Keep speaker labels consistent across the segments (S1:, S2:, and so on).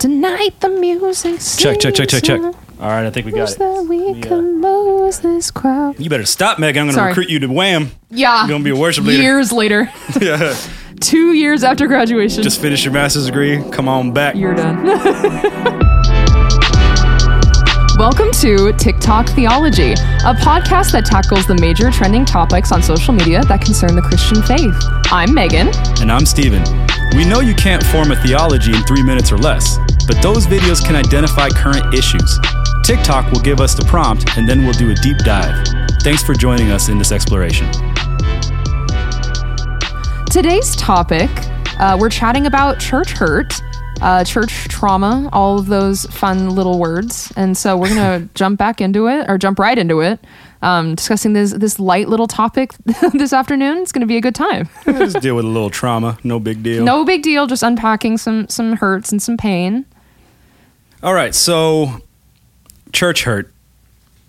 S1: Tonight the music.
S2: Check, check, check, check, check.
S1: sings
S2: All right, I think we got
S1: Wish
S2: it.
S1: that we
S2: We, uh,
S1: could lose this crowd.
S2: you better stop, Meg. I'm going to
S1: Sorry.
S2: recruit you to Wham.
S1: Yeah.
S2: You're gonna be a worship leader.
S1: Years later.
S2: Yeah.
S1: Two years after graduation.
S2: Just finish your master's degree. Come on back.
S1: You're done. Welcome to TikTok Theology, a podcast that tackles the major trending topics on social media that concern the Christian faith. I'm Megan.
S2: And I'm Steven. We know you can't form a theology in three minutes or less, but those videos can identify current issues. TikTok will give us the prompt, and then we'll do a deep dive. Thanks for joining us in this exploration.
S1: Today's topic, uh, we're chatting about church hurt, uh, church trauma, all of those fun little words. And so we're going to jump back into it or jump right into it. Um, discussing this this light little topic this afternoon. It's going to be a good time.
S2: Just deal with a little trauma. No big deal.
S1: No big deal. Just unpacking some some hurts and some pain.
S2: All right, so church hurt.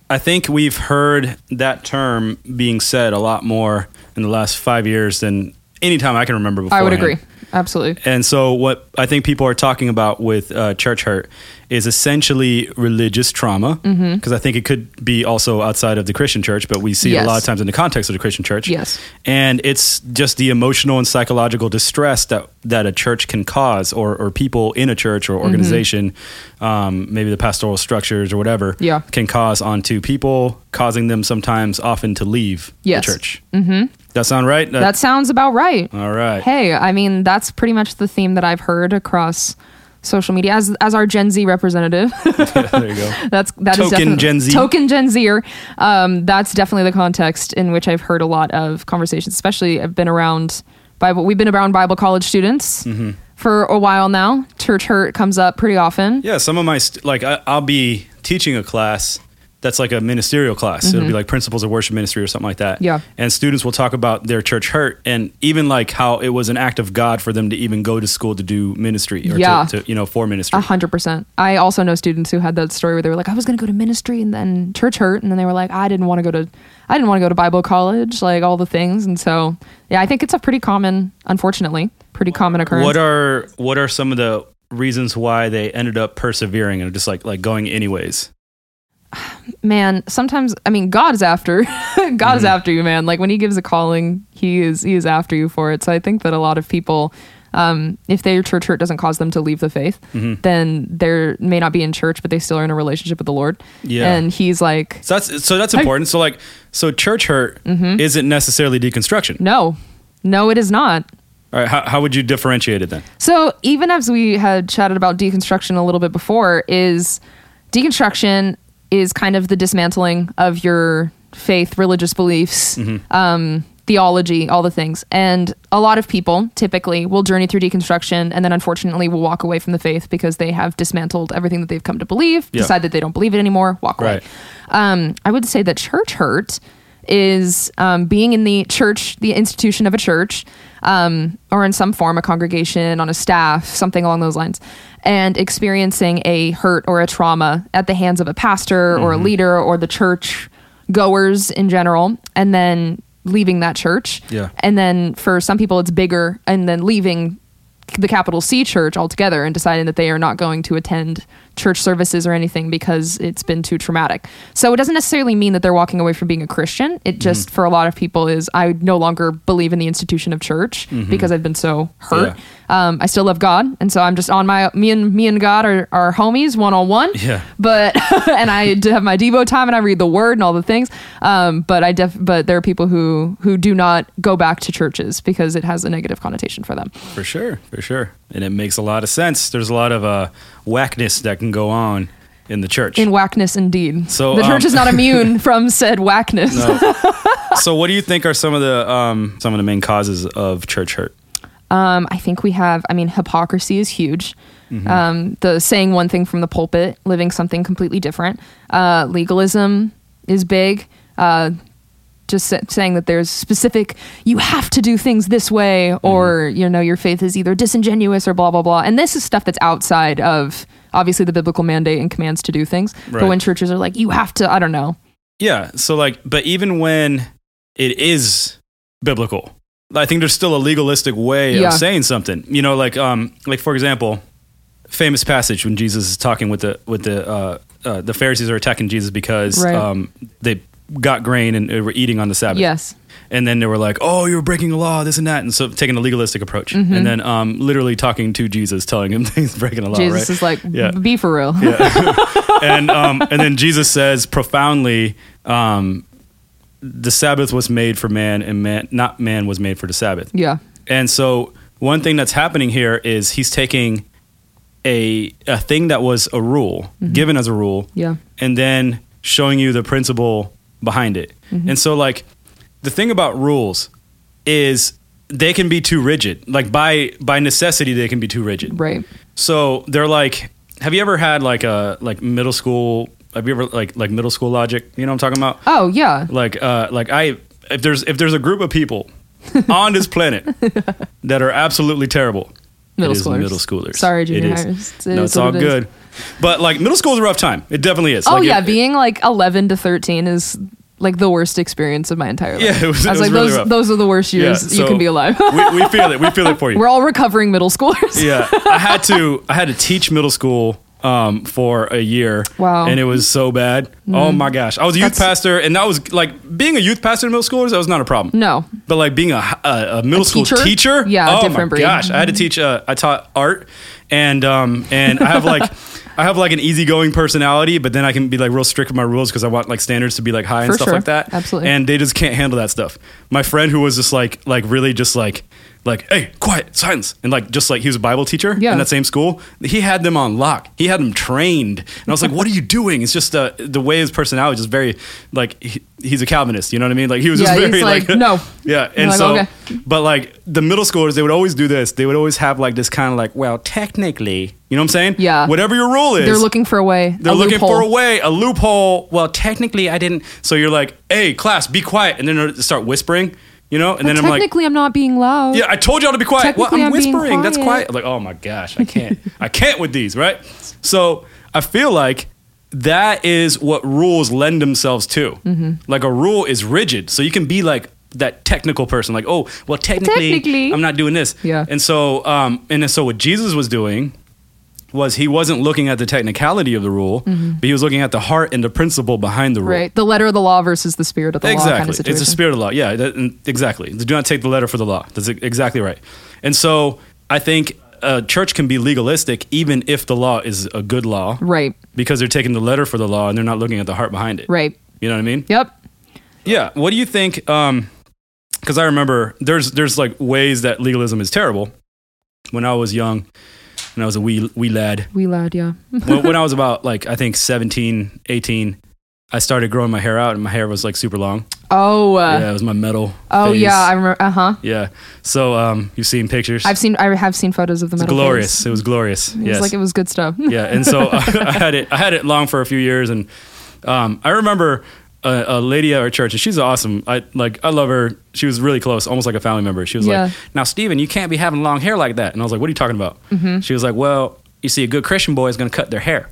S2: I think we've heard that term being said a lot more in the last five years than any time I can remember before.
S1: I would agree. Absolutely.
S2: And so, what I think people are talking about with uh, church hurt is essentially religious trauma, because
S1: Mm-hmm.
S2: I think it could be also outside of the Christian church, but we see it a lot
S1: Yes.
S2: of times in the context of the Christian church.
S1: Yes.
S2: And it's just the emotional and psychological distress that, that a church can cause, or, or people in a church
S1: Mm-hmm.
S2: or organization, um, maybe the pastoral structures or whatever,
S1: Yeah.
S2: can cause onto people, causing them sometimes often to leave
S1: Yes.
S2: the church. Mm-hmm. That sound right? That-
S1: That sounds about right.
S2: all right.
S1: Hey, I mean that's pretty much the theme that I've heard across social media as as our Gen Z representative.
S2: there you go.
S1: that's that is
S2: Token
S1: definitely-
S2: Gen Z.
S1: Token Gen Zer. Um, that's definitely the context in which I've heard a lot of conversations. Especially I've been around Bible. We've been around Bible college students
S2: Mm-hmm.
S1: for a while now. Church hurt comes up pretty often.
S2: Yeah, some of my st- like I, I'll be teaching a class that's like a ministerial class. It'll be like principles of worship ministry or something like that.
S1: Mm-hmm. Yeah.
S2: and students will talk about their church hurt and even like how it was an act of God for them to even go to school to do ministry or
S1: Yeah.
S2: to, to you know for ministry.
S1: A hundred percent. I also know students who had that story where they were like, I was going to go to ministry and then church hurt. And then they were like, I didn't want to go to, I didn't want to go to Bible college, like all the things. And so, yeah, I think it's a pretty common, unfortunately, pretty common occurrence.
S2: What are what are some of the reasons why they ended up persevering and just like like going anyways?
S1: man, sometimes, I mean, God is after, God is after you, man. Like when he gives a calling, he is, he is after you for it. So I think that a lot of people, um, if their church hurt doesn't cause them to leave the faith, then they may not be in church, but they still are in a relationship with the Lord.
S2: Yeah.
S1: And he's like,
S2: So that's so that's important. so like so church hurt
S1: Mm-hmm.
S2: isn't necessarily deconstruction.
S1: no, no, it is not.
S2: All right, how, how would you differentiate it then?
S1: So even as we had chatted about deconstruction a little bit before, is deconstruction is kind of the dismantling of your faith, religious beliefs, um, theology, all the things. And a lot of people typically will journey through deconstruction and then unfortunately will walk away from the faith because they have dismantled everything that they've come to believe,
S2: Yeah.
S1: decide that they don't believe it anymore, walk away
S2: Right.
S1: um, I would say that church hurt is um, being in the church, the institution of a church, um, or in some form, a congregation, on a staff, something along those lines, and experiencing a hurt or a trauma at the hands of a pastor or a
S2: Mm-hmm.
S1: leader or the church goers in general, and then leaving that church.
S2: Yeah.
S1: And then for some people, it's bigger, and then leaving the capital C church altogether and deciding that they are not going to attend church services or anything because it's been too traumatic. So it doesn't necessarily mean that they're walking away from being a Christian. It just, for a lot of people, is I no longer believe in the institution of church because I've been so hurt. Um, I still love God, and so I'm just on my me and me and God are, are homies one on one.
S2: Yeah.
S1: But and I do have my Devo time and I read the Word and all the things. Um, but I def but there are people who who do not go back to churches because it has a negative connotation for them.
S2: For sure, for sure. And it makes a lot of sense. There's a lot of uh, whackness that can go on in the church.
S1: in whackness indeed.
S2: So,
S1: the church
S2: um,
S1: is not immune from said whackness.
S2: so, what do you think are some of the um, some of the main causes of church hurt?
S1: Um, I think we have. I mean, hypocrisy is huge.
S2: Mm-hmm.
S1: Um, the saying one thing from the pulpit, living something completely different. Uh, legalism is big. Uh, just sa- saying that there's specific you have to do things this way
S2: Mm-hmm.
S1: or you know your faith is either disingenuous or blah blah blah and this is stuff that's outside of obviously the biblical mandate and commands to do things
S2: Right.
S1: but when churches are like you have to i don't know
S2: Yeah. So, like, but even when it is biblical, I think there's still a legalistic way
S1: Yeah.
S2: of saying something. You know, like, um, like for example, famous passage when Jesus is talking with the with the uh, uh, the Pharisees are attacking Jesus because
S1: Right.
S2: um, they got grain and they were eating on the Sabbath.
S1: Yes.
S2: And then they were like, "Oh, you're breaking the law, this and that," and so taking a legalistic approach,
S1: Mm-hmm.
S2: and then um, literally talking to Jesus, telling him he's breaking the law.
S1: Jesus
S2: right?
S1: is like,
S2: Yeah.
S1: be for real.
S2: and um, and then Jesus says profoundly, um, "The Sabbath was made for man, and man not man was made for the Sabbath."
S1: yeah.
S2: And so one thing that's happening here is he's taking a a thing that was a rule given as a rule,
S1: Mm-hmm. Yeah.
S2: and then showing you the principle behind it.
S1: Mm-hmm.
S2: And so like the thing about rules is they can be too rigid. Like by by necessity they can be too rigid.
S1: Right.
S2: So they're like, have you ever had like a like middle school? Have you ever like like middle school logic? You know what I'm talking about?
S1: Oh yeah.
S2: Like uh like I if there's if there's a group of people on this planet that are absolutely terrible.
S1: Middle
S2: it is
S1: schoolers.
S2: middle schoolers.
S1: Sorry, junior
S2: it is.
S1: highers. It
S2: no,
S1: is
S2: it's
S1: what
S2: all
S1: it is.
S2: good. But like middle school is a rough time. It definitely is.
S1: Oh
S2: Like,
S1: yeah,
S2: it-
S1: being like eleven to thirteen is like the worst experience of my entire life.
S2: Yeah, it was-
S1: I was,
S2: it was
S1: like,
S2: really
S1: those
S2: rough.
S1: those are the worst
S2: yeah,
S1: years you
S2: so
S1: can be alive.
S2: we, we feel it. We feel it for you.
S1: We're all recovering middle schoolers.
S2: yeah i had to i had to teach middle school um, for a year
S1: Wow. Mm.
S2: and it was so bad oh my gosh i was a youth
S1: That's-
S2: pastor and that was like being a youth pastor in middle schoolers that was not a problem
S1: No.
S2: but like being a, a, a middle school
S1: teacher?
S2: teacher,
S1: Yeah,
S2: oh
S1: different
S2: my
S1: breed. Mm-hmm.
S2: gosh i had to teach uh, i taught art and um and i have like I have like an easygoing personality, but then I can be like real strict with my rules because I want like standards to be like high and
S1: For
S2: stuff
S1: sure.
S2: like that.
S1: Absolutely.
S2: And they just can't handle that stuff. My friend who was just like like really just like like hey quiet silence and like just like he was a Bible teacher
S1: Yeah.
S2: in that same school. He had them on lock. He had them trained, and I was like, what are you doing? It's just uh, the way his personality is just very like he, he's a Calvinist. You know what I mean? Like he was
S1: Yeah,
S2: just
S1: he's
S2: very
S1: like, "No."
S2: yeah,
S1: You're
S2: and
S1: like,
S2: so,
S1: "Okay."
S2: but like the middle schoolers, they would always do this. They would always have like this kind of like, well, technically, you know what I'm saying?
S1: Yeah.
S2: Whatever your rule is,
S1: They're looking for a way.
S2: They're
S1: a
S2: looking
S1: loophole.
S2: for a way, a loophole. Well, technically, I didn't. So you're like, hey, class, be quiet, and then they start whispering, you know? And then I'm like,
S1: Technically, I'm not being loud.
S2: yeah, I told y'all to be quiet. Well,
S1: Technically,
S2: I'm
S1: I'm being
S2: whispering. That's
S1: quiet.
S2: quiet. I'm like, oh my gosh, I can't. I can't with these, right? So I feel like that is what rules lend themselves to.
S1: Mm-hmm.
S2: Like a rule is rigid, so you can be like that technical person, like, oh, well, technically,
S1: Technically.
S2: I'm not doing this.
S1: Yeah.
S2: And so, um, and then so what Jesus was doing was he wasn't looking at the technicality of the rule, but he was looking at the heart and the principle behind the rule.
S1: Mm-hmm. Right. The letter of the law versus the spirit of the
S2: exactly.
S1: law kind of situation.
S2: It's a spirit of law. Yeah, that- mm, exactly. Do not take the letter for the law. That's e- exactly right. And so I think a church can be legalistic even if the law is a good law
S1: Right.
S2: because they're taking the letter for the law and they're not looking at the heart behind it.
S1: Right.
S2: You know what I mean?
S1: Yep.
S2: Yeah. What do you think? Um, because I remember there's there's like ways that legalism is terrible. When I was young, when I was a wee wee lad,
S1: We loud. Yeah.
S2: when, when I was about like I think 17, 18, I started growing my hair out and my hair was like super long.
S1: Oh. Uh,
S2: yeah, it was my metal.
S1: Oh
S2: phase.
S1: yeah. I remember. Uh huh.
S2: Yeah. So um, you've seen pictures.
S1: I've seen. I have seen photos of the
S2: It's
S1: metal.
S2: glorious.
S1: face.
S2: It was glorious.
S1: It
S2: yes.
S1: was like it was good stuff.
S2: yeah. And so I, had it. I had it long for a few years, and um, I remember a, a lady at our church, and she's awesome. I like. I love her. She was really close, almost like a family member. She was
S1: Yeah.
S2: like, "Now, Steven, you can't be having long hair like that." And I was like, "What are you talking about?"
S1: Mm-hmm.
S2: She was like, "Well, you see, a good Christian boy is going to cut their hair.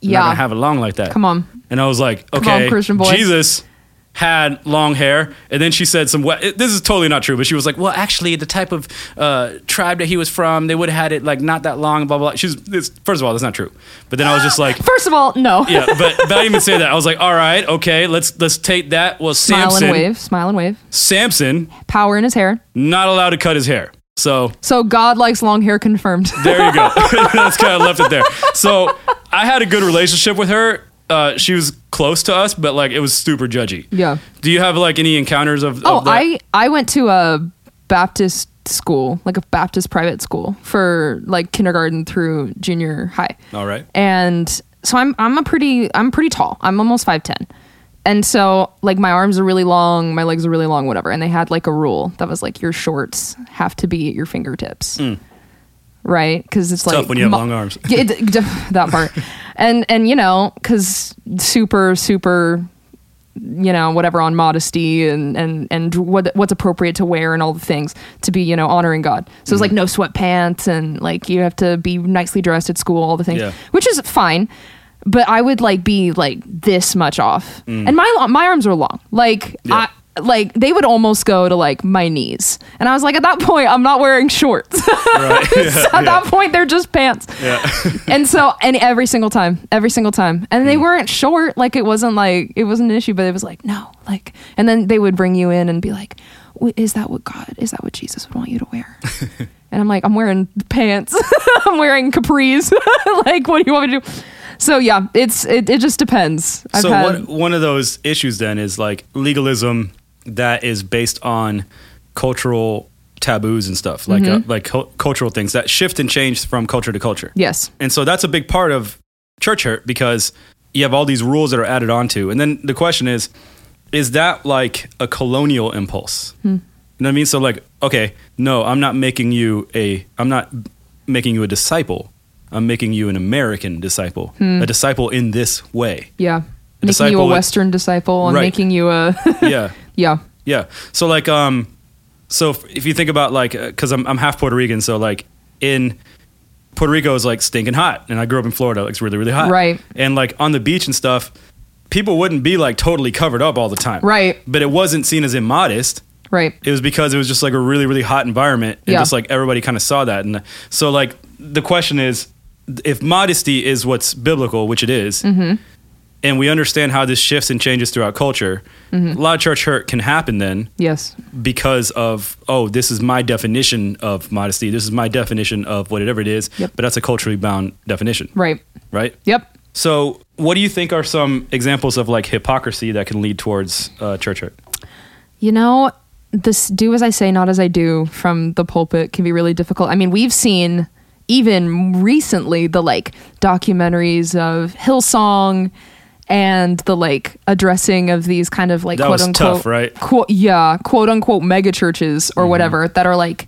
S2: They're not
S1: Yeah.
S2: going to have it long like that."
S1: Come on.
S2: And I was like,
S1: on,
S2: okay,
S1: Christian boy.
S2: Jesus had long hair. And then she said some, we- this is totally not true, but she was like, well, actually, the type of uh, tribe that he was from, they would have had it like not that long, blah, blah, blah. She's, this, first of all, that's not true. But then I was just like,
S1: First of all, no.
S2: yeah, but, but I didn't even say that. I was like, all right, okay, let's let's take that. Well,
S1: Smile
S2: Samson,
S1: and wave. Smile and wave.
S2: Samson,
S1: Power in his hair.
S2: not allowed to cut his hair. So
S1: So God likes long hair confirmed.
S2: There you go. That's kind of left it there. So I had a good relationship with her. Uh, she was close to us, but like it was super judgy.
S1: Yeah.
S2: Do you have like any encounters of?
S1: oh,
S2: of that?
S1: I I went to a Baptist school, like a Baptist private school for like kindergarten through junior high.
S2: All right.
S1: and so I'm I'm a pretty I'm pretty tall. I'm almost five ten, and so like my arms are really long, my legs are really long, whatever. And they had like a rule that was like your shorts have to be at your fingertips, right? Because it's like
S2: Mm. Tough when you have
S1: mu-
S2: long arms.
S1: Yeah, it- d- that part, and and you know because super super you know whatever on modesty and and and what what's appropriate to wear and all the things to be you know honoring god so
S2: Mm.
S1: it's like no sweatpants and like you have to be nicely dressed at school all the things
S2: Yeah.
S1: which is fine but i would like be like this much off and my my arms are long like
S2: Mm. Yeah.
S1: i like they would almost go to like my knees. And I was like, at that point, I'm not wearing shorts.
S2: Right. Yeah.
S1: at that point, they're just pants.
S2: yeah.
S1: And so, and every single time, every single time. And
S2: Hmm.
S1: they weren't short. Like it wasn't like, it wasn't an issue, but it was like, no, like, and then they would bring you in and be like, "W- is that what God, is that what Jesus would want you to wear? and I'm like, I'm wearing pants. I'm wearing capris. like, what do you want me to do? So yeah, it's, it, it just depends. I've
S2: so
S1: had,
S2: one, one of those issues then is like legalism that is based on cultural taboos and stuff like
S1: Mm-hmm.
S2: uh, like cul- cultural things that shift and change from culture to culture
S1: yes.
S2: and so that's a big part of church hurt because you have all these rules that are added onto and then the question is is that like a colonial impulse you know what i mean so like okay no i'm not making you a i'm not making you a disciple i'm making you an american disciple a disciple in this way
S1: Yeah. Making you
S2: A disciple
S1: a
S2: with-
S1: Western disciple and
S2: Right.
S1: making you a
S2: yeah
S1: yeah.
S2: Yeah. So like um so if, if you think about like uh, cuz I'm I'm half Puerto Rican so like in Puerto Rico is like stinking hot and I grew up in Florida like it's really really hot.
S1: Right.
S2: And like on the beach and stuff people wouldn't be like totally covered up all the time.
S1: Right.
S2: But it wasn't seen as immodest.
S1: Right.
S2: It was because it was just like a really really hot environment and
S1: Yeah.
S2: just like everybody kind of saw that and so like the question is if modesty is what's biblical which it is,
S1: Mm-hmm.
S2: And we understand how this shifts and changes throughout culture.
S1: Mm-hmm.
S2: A lot of church hurt can happen then
S1: Yes.
S2: because of oh this is my definition of modesty this is my definition of whatever it is
S1: Yep.
S2: but that's a culturally bound definition
S1: Right.
S2: right
S1: Yep.
S2: so what do you think are some examples of like hypocrisy that can lead towards uh, church hurt
S1: You know, this do as I say, not as I do from the pulpit can be really difficult. I mean, we've seen even recently the like documentaries of Hillsong and the like addressing of these kind of like
S2: That
S1: quote
S2: was
S1: unquote
S2: tough, right? Mm-hmm.
S1: quote yeah quote unquote mega churches or whatever that are like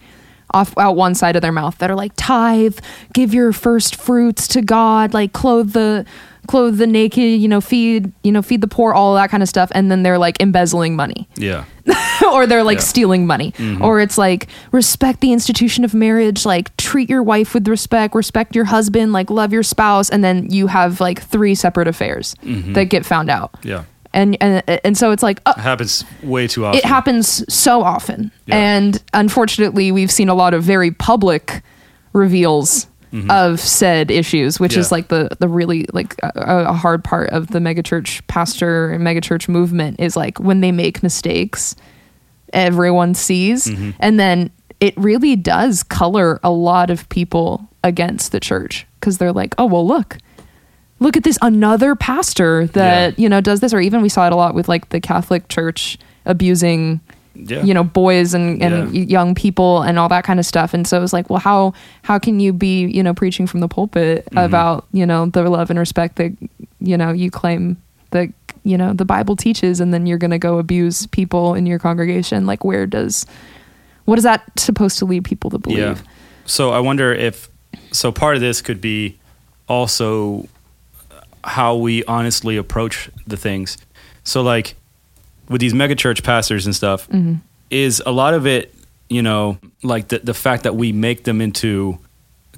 S1: off out one side of their mouth that are like tithe give your first fruits to god like clothe the clothe the naked you know feed you know feed the poor all that kind of stuff and then they're like embezzling money
S2: yeah
S1: or they're like
S2: Yeah. Mm-hmm.
S1: stealing money or it's like respect the institution of marriage like treat your wife 'with respect respect your husband like love your spouse and then you have like three separate affairs that get found out
S2: Mm-hmm. yeah
S1: and and and so it's like uh,
S2: it happens way too often
S1: it happens so often
S2: Yeah.
S1: and unfortunately we've seen a lot of very public reveals of said issues which is
S2: Mm-hmm. Yeah.
S1: like the the really like a, a hard part of the megachurch pastor and megachurch movement is like when they make mistakes everyone sees
S2: Mm-hmm.
S1: and then it really does color a lot of people against the church because they're like oh well look look at this another pastor that
S2: Yeah.
S1: you know does this or even we saw it a lot with like the catholic church abusing
S2: yeah
S1: you know boys and, and
S2: Yeah.
S1: y- young people and all that kind of stuff and so it was like well how how can you be you know preaching from the pulpit
S2: Mm-hmm.
S1: about you know the love and respect that you know you claim that you know the bible teaches and then you're going to go abuse people in your congregation like where does what is that supposed to lead people to believe
S2: Yeah. So I wonder if so part of this could be also how we honestly approach the things. So like with these megachurch pastors and stuff,
S1: Mm-hmm.
S2: is a lot of it, you know, like the the fact that we make them into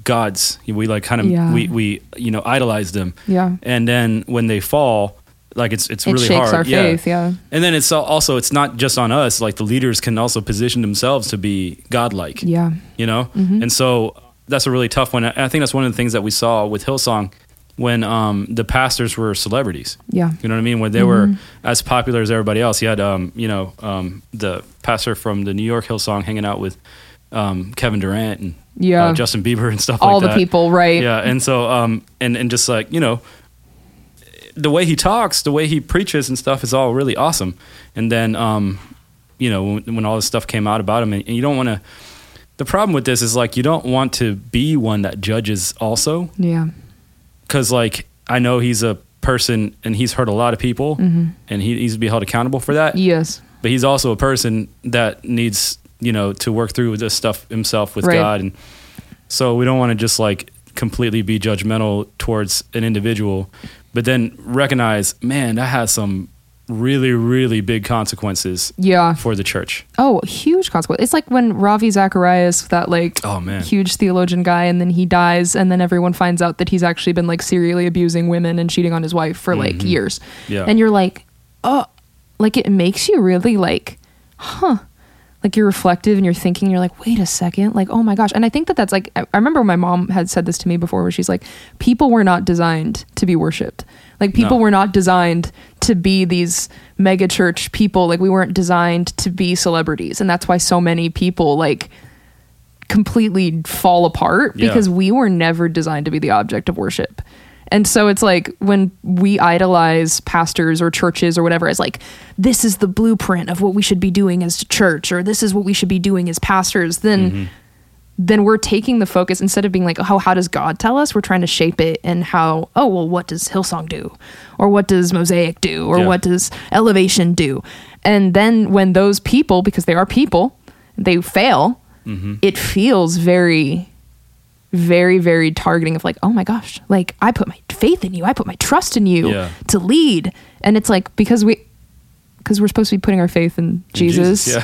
S2: gods. We like kind of
S1: Yeah.
S2: we we you know idolize them.
S1: Yeah.
S2: And then when they fall, like it's it's
S1: It
S2: really
S1: shakes
S2: hard.
S1: our faith, yeah.
S2: And then it's al- also it's not just on us. Like the leaders can also position themselves to be godlike
S1: yeah
S2: you know?
S1: Mm-hmm.
S2: And so that's a really tough one. I I think that's one of the things that we saw with Hillsong when um, the pastors were celebrities.
S1: Yeah. Mm-hmm.
S2: You know what I mean? When they were as popular as everybody else. You had, um, you know, um, the pastor from the New York Hillsong hanging out with um, Kevin Durant and
S1: Yeah.
S2: uh, Justin Bieber and stuff
S1: all
S2: like that.
S1: the people right
S2: Yeah. And so, um, and, and just like, you know, the way he talks, the way he preaches and stuff is all really awesome. And then, um, you know, when, when all this stuff came out about him, and, and you don't want to. The problem with this is like you don't want to be one that judges also,
S1: yeah
S2: because like I know he's a person and he's hurt a lot of people,
S1: Mm-hmm.
S2: and he needs to be held accountable for that.
S1: yes
S2: But he's also a person that needs you know to work through this stuff himself with
S1: Right.
S2: God, and so we don't want to just like completely be judgmental towards an individual, but then recognize, man, that has some really really big consequences
S1: yeah
S2: for the church.
S1: Oh, huge consequence. It's like when Ravi Zacharias, that like
S2: Oh, man.
S1: huge theologian guy, and then he dies, and then everyone finds out that he's actually been like serially abusing women and cheating on his wife for like years.
S2: Mm-hmm. Yeah.
S1: And you're like, oh, like it makes you really like like you're reflective and you're thinking you're like wait a second like oh my gosh and i think that that's like i I remember my mom had said this to me before where she's like people were not designed to be worshipped like people
S2: No.
S1: were not designed to be these mega church people like we weren't designed to be celebrities and that's why so many people like completely fall apart
S2: Yeah.
S1: because we were never designed to be the object of worship. And so it's like when we idolize pastors or churches or whatever as like this is the blueprint of what we should be doing as a church or this is what we should be doing as pastors then then we're taking the focus instead of being like oh how does God tell us we're trying to shape it and how oh well what does Hillsong do or what does Mosaic do or
S2: Yeah.
S1: what does Elevation do and then when those people because they are people they fail it feels very very very targeting of like oh my gosh like i put my faith in you i put my trust in you
S2: Yeah.
S1: to lead and it's like because we because we're supposed to be putting our faith in jesus,
S2: Jesus,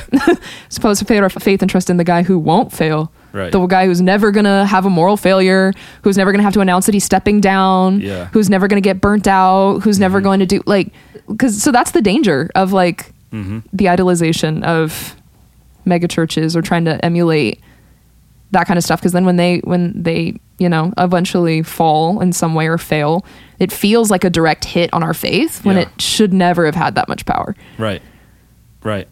S1: supposed to put our faith and trust in the guy who won't fail
S2: Right.
S1: the guy who's never gonna have a moral failure who's never gonna have to announce that he's stepping down
S2: Yeah. Mm-hmm.
S1: who's never gonna get burnt out who's never going to do like because so that's the danger of like
S2: Mm-hmm.
S1: the idolization of mega churches or trying to emulate that kind of stuff because then when they when they you know eventually fall in some way or fail it feels like a direct hit on our faith when
S2: Yeah.
S1: it should never have had that much power
S2: Right. Right.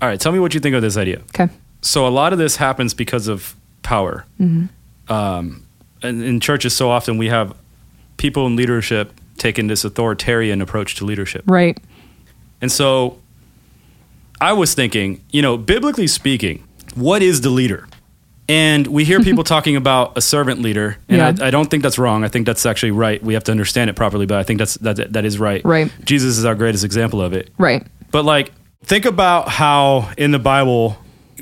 S2: All right. Tell me what you think of this idea.
S1: okay
S2: So a lot of this happens because of power. Um, and in churches, so often we have people in leadership taking this authoritarian approach to leadership.
S1: right
S2: And so I was thinking, you know, biblically speaking, what is the leader? And we hear people talking about a servant leader, and
S1: Yeah.
S2: I, I don't think that's wrong. I think that's actually right. We have to understand it properly, but I think that's that that is right.
S1: Right.
S2: Jesus is our greatest example of it.
S1: right
S2: But like, think about how in the Bible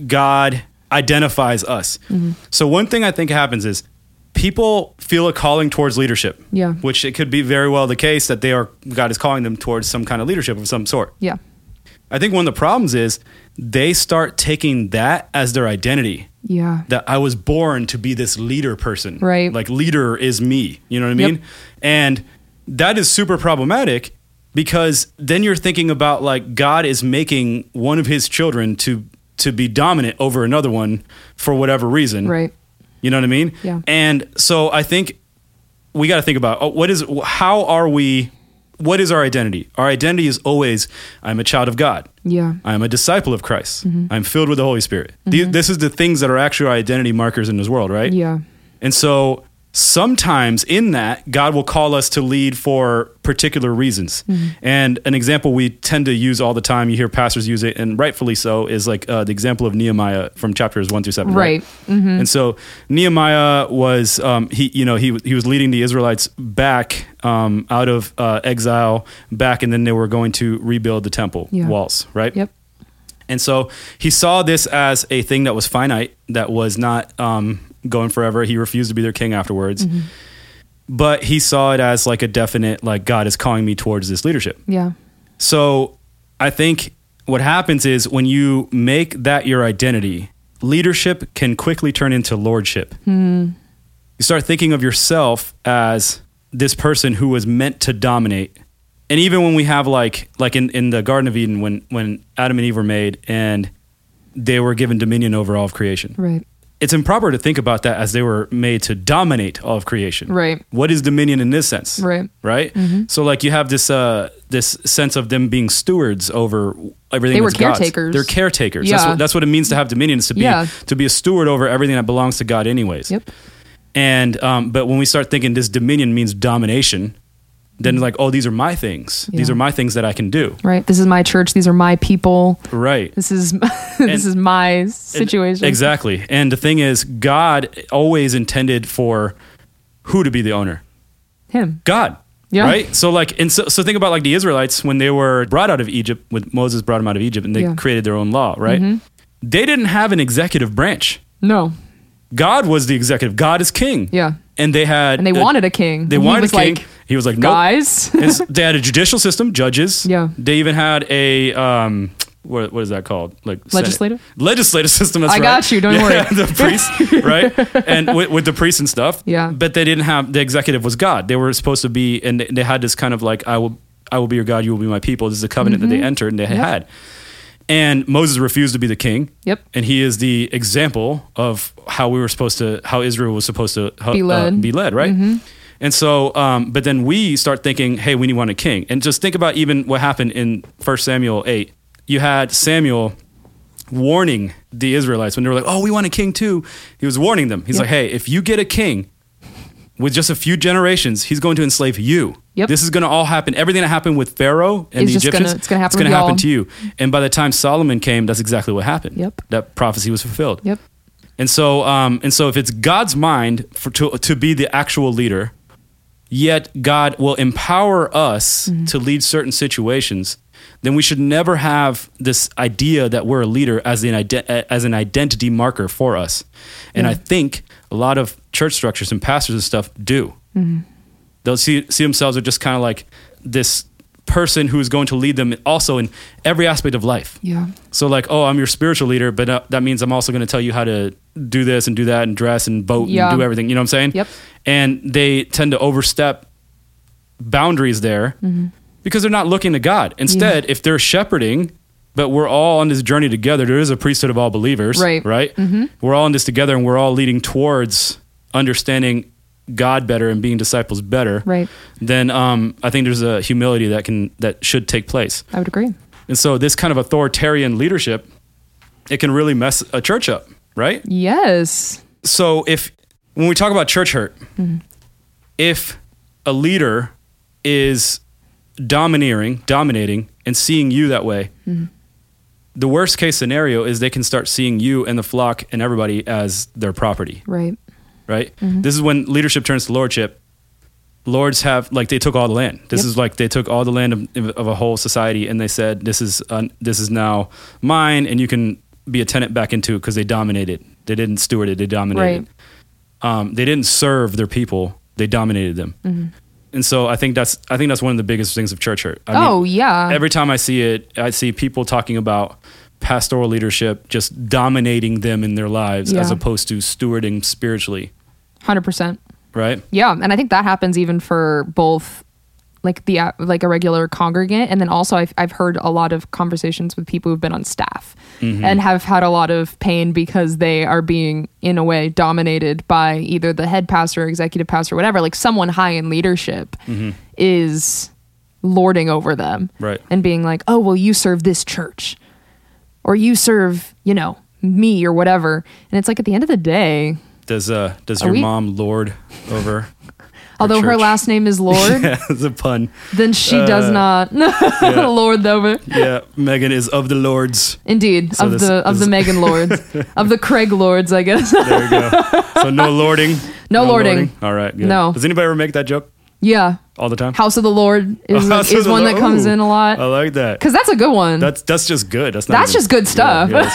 S2: God identifies us.
S1: Mm-hmm.
S2: So one thing I think happens is people feel a calling towards leadership.
S1: Yeah.
S2: Which it could be very well the case that they are God is calling them towards some kind of leadership of some sort.
S1: yeah
S2: I think one of the problems is they start taking that as their identity.
S1: yeah
S2: That I was born to be this leader person.
S1: Right.
S2: Like leader is me. You know what I
S1: Yep.
S2: mean? And that is super problematic because then you're thinking about like God is making one of his children to to be dominant over another one for whatever reason.
S1: right
S2: You know what I mean?
S1: Yeah.
S2: And so I think we got to think about oh, what is how are we what is our identity? Our identity is always I'm a child of God.
S1: yeah
S2: I'm a disciple of Christ.
S1: Mm-hmm.
S2: I'm filled with the Holy Spirit. The- this is the things that are actually our identity markers in this world, right?
S1: yeah
S2: And so sometimes in that, God will call us to lead for particular reasons.
S1: Mm-hmm.
S2: And an example we tend to use all the time, you hear pastors use it, and rightfully so, is like uh, the example of Nehemiah from chapters one through seven.
S1: Right. Mm-hmm.
S2: And so Nehemiah was, um, he, you know, he, he was leading the Israelites back um, out of uh, exile back, and then they were going to rebuild the temple
S1: Yeah.
S2: walls, right?
S1: yep
S2: And so he saw this as a thing that was finite, that was not um, going forever. He refused to be their king afterwards. But he saw it as like a definite, like, God is calling me towards this leadership.
S1: yeah
S2: So I think what happens is when you make that your identity, leadership can quickly turn into lordship. You start thinking of yourself as this person who was meant to dominate. And even when we have like like in, in the Garden of Eden when when Adam and Eve were made and they were given dominion over all of creation.
S1: right
S2: It's improper to think about that as they were made to dominate all of creation.
S1: Right.
S2: What is dominion in this sense?
S1: Right. Mm-hmm.
S2: right? So like you have this uh this sense of them being stewards over everything.
S1: They were
S2: that's God's.
S1: caretakers.
S2: They're caretakers. That's,
S1: Yeah.
S2: what, that's what it means to have dominion is to be
S1: Yeah.
S2: to be a steward over everything that belongs to God, anyways.
S1: Yep.
S2: And um, but when we start thinking this dominion means domination, then like oh these are my things. These
S1: Yeah.
S2: are my things that I can do.
S1: right this is my church these are my people
S2: Right.
S1: this is this is my
S2: And-
S1: situation
S2: Exactly. And the thing is, God always intended for who to be the owner.
S1: him
S2: God.
S1: Yeah.
S2: Right. So like, and so, so think about like the Israelites when they were brought out of Egypt, when Moses brought them out of Egypt, and they
S1: Yeah. Mm-hmm.
S2: created their own law. Right. They didn't have an executive branch.
S1: no
S2: God was the executive. God is king.
S1: Yeah.
S2: And they had
S1: and they
S2: a-
S1: wanted a king
S2: They
S1: And he
S2: wanted
S1: was
S2: a king.
S1: like,
S2: he was like, nope.
S1: guys
S2: And so they had a judicial system, judges.
S1: Yeah.
S2: They even had a um, what, what is that called? Like Senate-
S1: Legislative?
S2: legislative system. That's
S1: I
S2: right.
S1: got you, don't
S2: Yeah,
S1: worry.
S2: the priest, right? And with, with the priests and stuff.
S1: Yeah.
S2: But they didn't have the executive was God. They were supposed to be, and they-
S1: Mm-hmm.
S2: they had this kind of like I will I will be your God, you will be my people. This is a covenant that they entered and they had. And Moses refused to be the king.
S1: Yep.
S2: And he is the example of how we were supposed to, how Israel was supposed to ho-
S1: Be led.
S2: uh,
S1: Mm-hmm.
S2: be led, right? And so, um, but then we start thinking, hey, we need one a king. And just think about even what happened in 1 Samuel 8. You had Samuel warning the Israelites when they were like, oh, we want a king too. He was warning them. He's
S1: Yep.
S2: like, hey, if you get a king, with just a few generations, he's going to enslave you.
S1: Yep.
S2: This is going to all happen. Everything that happened with Pharaoh and
S1: It's
S2: the
S1: just gonna-
S2: Egyptians,
S1: it's gonna happen
S2: It's going
S1: with
S2: to happen
S1: y'all.
S2: to you. And by the time Solomon came, that's exactly what happened.
S1: Yep.
S2: That prophecy was fulfilled.
S1: Yep.
S2: And so, um, and so, if it's God's mind for to to be the actual leader, yet God will empower us to lead certain situations, then we should never have this idea that we're a leader as an ide- as an identity marker for us. And I think a lot of church structures and pastors and stuff do. They'll see see themselves as just kind of like this person who is going to lead them also in every aspect of life.
S1: Yeah.
S2: So like, oh, I'm your spiritual leader, but uh, that means I'm also going to tell you how to do this and do that and dress and boat
S1: Yeah.
S2: and do everything. You know what I'm saying?
S1: Yep.
S2: And they tend to overstep boundaries there
S1: Mm-hmm.
S2: because they're not looking to God. Instead, if they're shepherding, but we're all on this journey together, there is a priesthood of all believers,
S1: Right. Mm-hmm.
S2: Right? We're all in this together, and we're all leading towards understanding God better and being disciples better.
S1: Right.
S2: Then um, I think there's a humility that can that should take place.
S1: I would agree.
S2: And so this kind of authoritarian leadership, it can really mess a church up, right?
S1: Yes.
S2: So if when we talk about church hurt, if a leader is domineering, dominating and seeing you that way, the worst case scenario is they can start seeing you and the flock and everybody as their property
S1: Right.
S2: right?
S1: Mm-hmm.
S2: This is when leadership turns to lordship. Lords have like they took all the land. This
S1: Yep.
S2: is like they took all the land of, of a whole society, and they said this is uh, this is now mine, and you can be a tenant back into it because they dominated. They didn't steward it; they dominated. Um, they didn't serve their people; they dominated them.
S1: Mm-hmm.
S2: And so I think that's I think that's one of the biggest things of church hurt. I mean,
S1: oh yeah.
S2: every time I see it, I see people talking about pastoral leadership just dominating them in their lives as
S1: Yeah.
S2: opposed to stewarding spiritually
S1: Hundred percent.
S2: right?
S1: Yeah, and I think that happens even for both like the uh, like a regular congregant and then also I've, I've heard a lot of conversations with people who've been on staff
S2: Mm-hmm.
S1: and have had a lot of pain because they are being in a way dominated by either the head pastor executive pastor whatever like someone high in leadership is lording over them
S2: Mm-hmm. Right.
S1: and being like oh well you serve this church or you serve you know me or whatever and it's like at the end of the day
S2: Does uh does
S1: Are
S2: your
S1: we-
S2: mom lord over? her
S1: although her
S2: church?
S1: last name is lord
S2: yeah, it's a pun.
S1: then she
S2: Uh,
S1: does not lord over.
S2: Yeah, Megan is of the lords.
S1: Indeed, of
S2: this-
S1: the of the
S2: this-
S1: Megan lords, of the Craig lords, I guess.
S2: There you go. So no lording.
S1: No lording.
S2: All right. good.
S1: No.
S2: Does anybody ever make that joke
S1: yeah,
S2: all the time? Oh,
S1: House of the Lord is
S2: House of
S1: is
S2: the
S1: one
S2: Lord.
S1: that comes in a
S2: I
S1: lot
S2: like that.
S1: because that's a good one.
S2: That's that's just good. That's not
S1: That's
S2: even-
S1: just good
S2: yeah,
S1: stuff.
S2: yeah, that's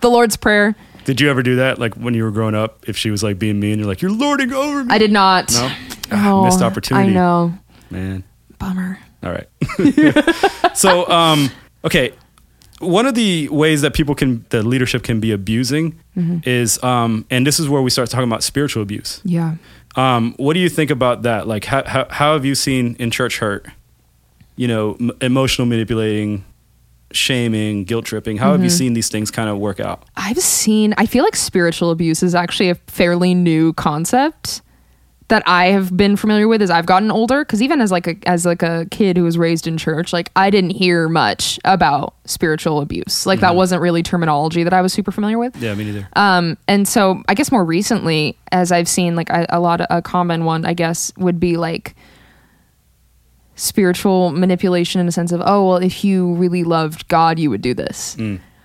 S1: the Lord's Prayer.
S2: Did you ever do that? Like when you were growing up, if she was like being mean, you're like, "You're lording over me."
S1: I did not.
S2: No?
S1: Oh,
S2: missed opportunity.
S1: I know.
S2: Man.
S1: Bummer.
S2: All right. so, um, okay. One of the ways that people can, the leadership can be abusing is, um, and this is where we start talking about spiritual abuse.
S1: Yeah.
S2: Um, what do you think about that? Like, how, how, how have you seen in church hurt, you know, m- emotional manipulating, shaming, guilt tripping? How have you seen these things kind of work out?
S1: I've seen, I feel like spiritual abuse is actually a fairly new concept that I have been familiar with as I've gotten older. Cause even as like a, as like a kid who was raised in church, like I didn't hear much about spiritual abuse. Like that wasn't really terminology that I was super familiar with.
S2: Yeah, me neither.
S1: Um, and so I guess more recently, as I've seen, like a, a lot of a common one, I guess, would be like spiritual manipulation in a sense of, oh, well, if you really loved God, you would do this.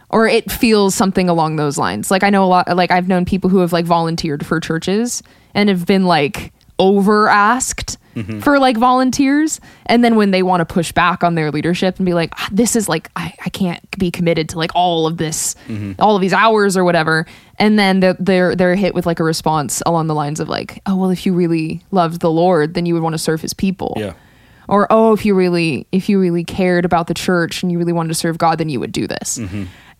S1: Or it feels something along those lines. Like I know a lot, like I've known people who have like volunteered for churches and have been like over asked for like volunteers. And then when they want to push back on their leadership and be like, "Ah, this is like, I, I can't be committed to like all of this, all of these hours or whatever. And then they're, they're, they're hit with like a response along the lines of like, oh, well, if you really loved the Lord, then you would want to serve his people
S2: Yeah.
S1: or oh if you really if you really cared about the church and you really wanted to serve god then you would do this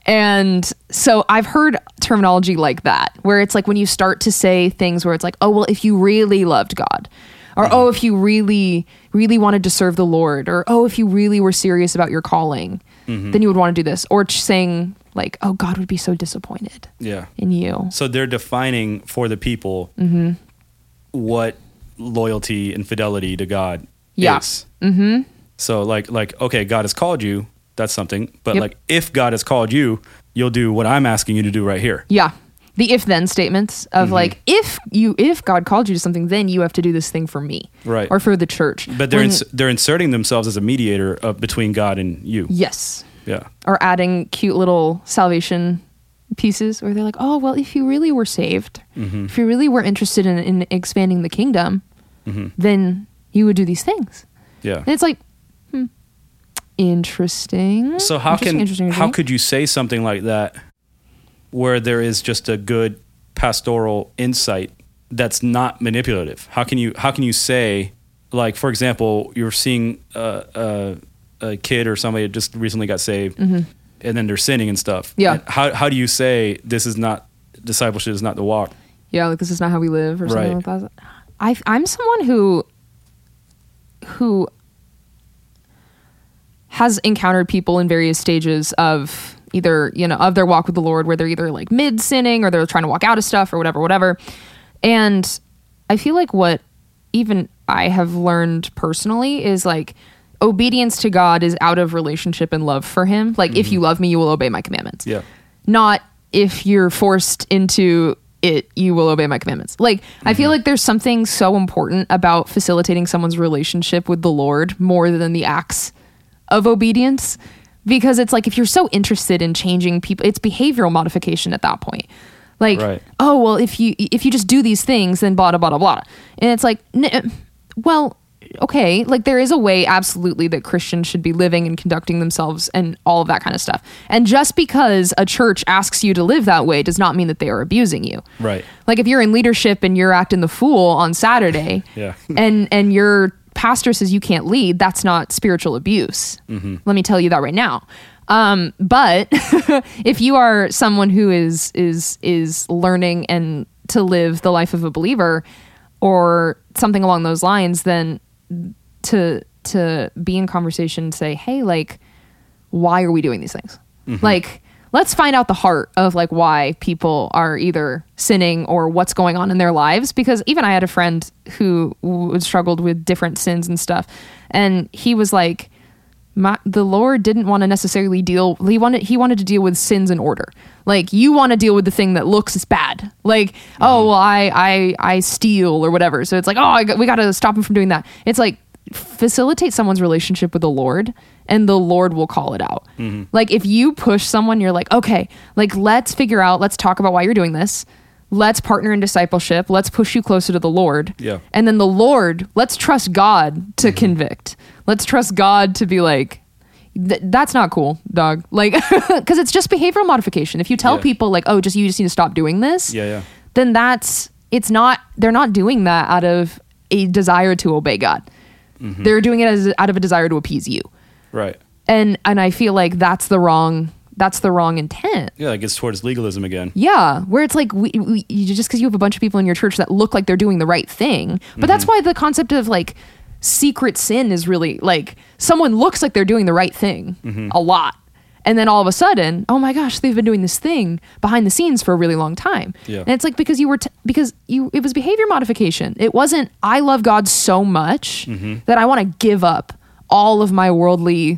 S1: and so i've heard terminology like that where it's like when you start to say things where it's like oh well if you really loved god or oh if you really really wanted to serve the lord or oh if you really were serious about your calling then you would want to do this. Or ch- saying, like, oh, God would be so disappointed
S2: Yeah.
S1: in you.
S2: So they're defining for the people
S1: Mm-hmm.
S2: what loyalty and fidelity to God
S1: Yeah.
S2: is. Mm-hmm. So like like okay, God has called you. That's something. But
S1: Yep.
S2: like if God has called you, you'll do what I'm asking you to do right here.
S1: Yeah. The if then statements
S2: Mm-hmm.
S1: of like if you if God called you to something, then you have to do this thing for me.
S2: Right.
S1: Or for the church.
S2: But they're
S1: When-
S2: ins- they're inserting themselves as a mediator of, between God and you.
S1: Yes.
S2: Yeah.
S1: Or adding cute little salvation pieces where they're like, Oh well if you really were saved,
S2: Mm-hmm.
S1: if you really were interested in, in expanding the kingdom,
S2: Mm-hmm.
S1: then you would do these things.
S2: Yeah.
S1: And it's like hmm, interesting.
S2: So how
S1: Interesting,
S2: can
S1: interesting,
S2: how
S1: interesting.
S2: could you say something like that where there is just a good pastoral insight that's not manipulative? How can you how can you say like for example you're seeing a, a, a kid or somebody that just recently got saved and then they're sinning and stuff?
S1: Mm-hmm. Yeah.
S2: And How how do you say this is not discipleship is not the walk?
S1: yeah, like this is not how we live or something
S2: Right.
S1: like that. I I'm someone who who has encountered people in various stages of either you know of their walk with the Lord, where they're either like mid sinning or they're trying to walk out of stuff or whatever, whatever. And I feel like what even I have learned personally is like obedience to God is out of relationship and love for Him. Like if you love me, you will obey my commandments
S2: Mm-hmm. Yeah.
S1: not if you're forced into it, you will obey my commandments. Like, I feel like there's something so important about facilitating someone's relationship with the Lord more than the acts of obedience. Because it's like if you're so interested in changing people, it's behavioral modification at that point. Like,
S2: Right.
S1: oh well, if you if you just do these things, then blah blah blah blah, blah. And it's like, n- uh, well, okay, like there is a way absolutely that Christians should be living and conducting themselves and all of that kind of stuff. And just because a church asks you to live that way does not mean that they are abusing you.
S2: Right.
S1: Like if you're in leadership and you're acting the fool on Saturday,
S2: Yeah.
S1: and and your pastor says you can't lead, that's not spiritual abuse. Let me tell you that right now. Um, but if you are someone who is is is learning and to live the life of a believer or something along those lines, then to to be in conversation, say, hey, like, why are we doing these things? Like, let's find out the heart of like why people are either sinning or what's going on in their lives. Because even I had a friend who w- struggled with different sins and stuff, and he was like, my, the Lord didn't want to necessarily deal. He wanted he wanted to deal with sins in order. Like you want to deal with the thing that looks bad. Like oh well, I I I steal or whatever. So it's like oh I got, we got to stop him from doing that. It's like facilitate someone's relationship with the Lord, and the Lord will call it out.
S2: Mm-hmm.
S1: Like if you push someone, you're like okay, like let's figure out. Let's talk about why you're doing this. Let's partner in discipleship. Let's push you closer to the Lord.
S2: Yeah. Mm-hmm.
S1: And then the Lord, let's trust God to convict. Let's trust God to be like, "Th- that's not cool, dog. Like, because it's just behavioral modification. If you tell
S2: Yeah.
S1: people like, oh, just you just need to stop doing this,
S2: Yeah, yeah.
S1: then that's it's not. They're not doing that out of a desire to obey God.
S2: Mm-hmm.
S1: They're doing it as out of a desire to appease you.
S2: Right.
S1: And and I feel like that's the wrong that's the wrong intent.
S2: Yeah, that gets towards legalism again.
S1: Yeah, where it's like we, we you, just because you have a bunch of people in your church that look like they're doing the right thing, but
S2: Mm-hmm.
S1: that's why the concept of like secret sin is really like someone looks like they're doing the right thing
S2: Mm-hmm.
S1: a lot, and then all of a sudden, oh my gosh, they've been doing this thing behind the scenes for a really long time,
S2: Yeah.
S1: and it's like because you were t- because you it was behavior modification. It wasn't I love God so much
S2: Mm-hmm.
S1: that I want to give up all of my worldly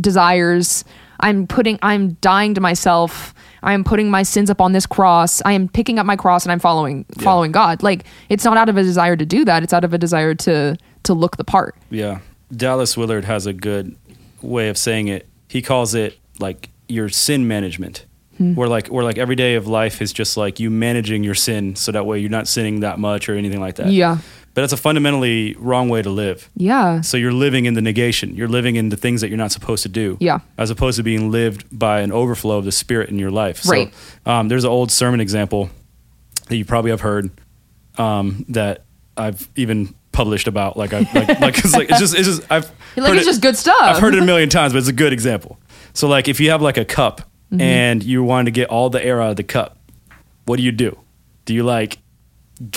S1: desires. I'm putting I'm dying to myself. I am putting my sins up on this cross. I am picking up my cross and I'm following following God. Like it's not out of a desire to do that. It's out of a desire to to look the part.
S2: Yeah. Dallas Willard has a good way of saying it. He calls it like your sin management. Where like where like every day of life is just like you managing your sin so that way you're not sinning that much or anything like that.
S1: Yeah.
S2: But that's a fundamentally wrong way to live.
S1: Yeah.
S2: So you're living in the negation. You're living in the things that you're not supposed to do.
S1: Yeah.
S2: As opposed to being lived by an overflow of the spirit in your life. So,
S1: Right.
S2: um, there's an old sermon example that you probably have heard um, that I've even published about. Like I like, like, 'cause, like it's just it's just I've
S1: Like,
S2: heard
S1: it's
S2: it-
S1: just good stuff.
S2: I've heard it a million times, but it's a good example. So like if you have like a cup
S1: Mm-hmm.
S2: and you want to get all the air out of the cup, what do you do? Do you like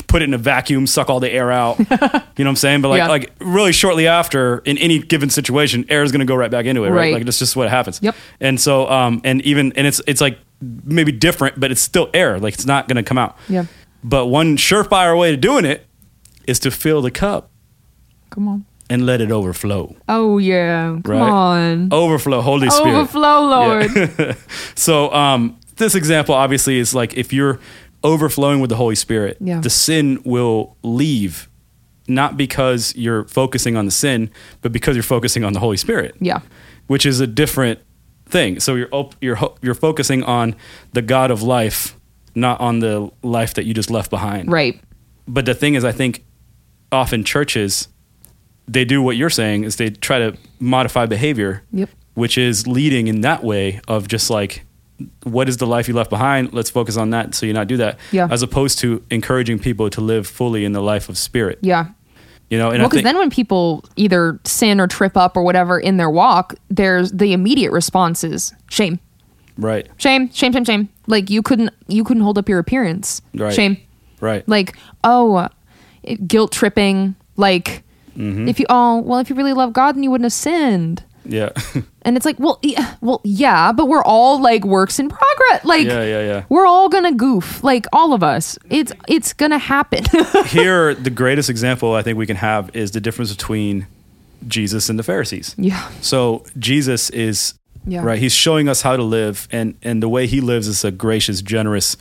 S2: put it in a vacuum, suck all the air out. you know what I'm saying? But like
S1: Yeah.
S2: like really shortly after, in any given situation, air is going to go right back into it, right?
S1: Right.
S2: Like that's just what happens.
S1: Yep.
S2: And so um and even and it's it's like maybe different, but it's still air. Like it's not going to come out.
S1: Yeah.
S2: But one surefire way to doing it is to fill the cup
S1: Come on.
S2: and let it overflow.
S1: Oh yeah. Come
S2: Right.
S1: on.
S2: Overflow, Holy Spirit.
S1: Mm-hmm. Overflow, Lord.
S2: So um, this example obviously is like if you're overflowing with the Holy Spirit,
S1: Yeah.
S2: the sin will leave, not because you're focusing on the sin, but because you're focusing on the Holy Spirit.
S1: Yeah.
S2: which is a different thing. So you're op- you're ho- you're focusing on the God of life, not on the life that you just left behind.
S1: right.
S2: But the thing is, I think often churches they do what you're saying is they try to modify behavior,
S1: Yep.
S2: which is leading in that way of just like what is the life you left behind? Let's focus on that so you not do that.
S1: Yeah.
S2: As opposed to encouraging people to live fully in the life of spirit.
S1: Yeah.
S2: You know, and
S1: Well,
S2: I think
S1: because then when people either sin or trip up or whatever in their walk, there's the immediate response is shame,
S2: right,
S1: shame, shame, shame, shame. Like you couldn't, you couldn't hold up your appearance.
S2: right,
S1: Shame.
S2: right,
S1: Like oh, it- guilt tripping. Like
S2: Mm-hmm.
S1: if you oh well, if you really love God, then you wouldn't have sinned.
S2: yeah,
S1: And it's like well, yeah, well, yeah, but we're all like works in progress. Like
S2: yeah, yeah, yeah.
S1: we're all gonna goof. Like all of us. It's it's gonna happen.
S2: Here, the greatest example I think we can have is the difference between Jesus and the Pharisees.
S1: yeah.
S2: So Jesus is
S1: Yeah.
S2: right. He's showing us how to live, and and the way he lives is a gracious, generous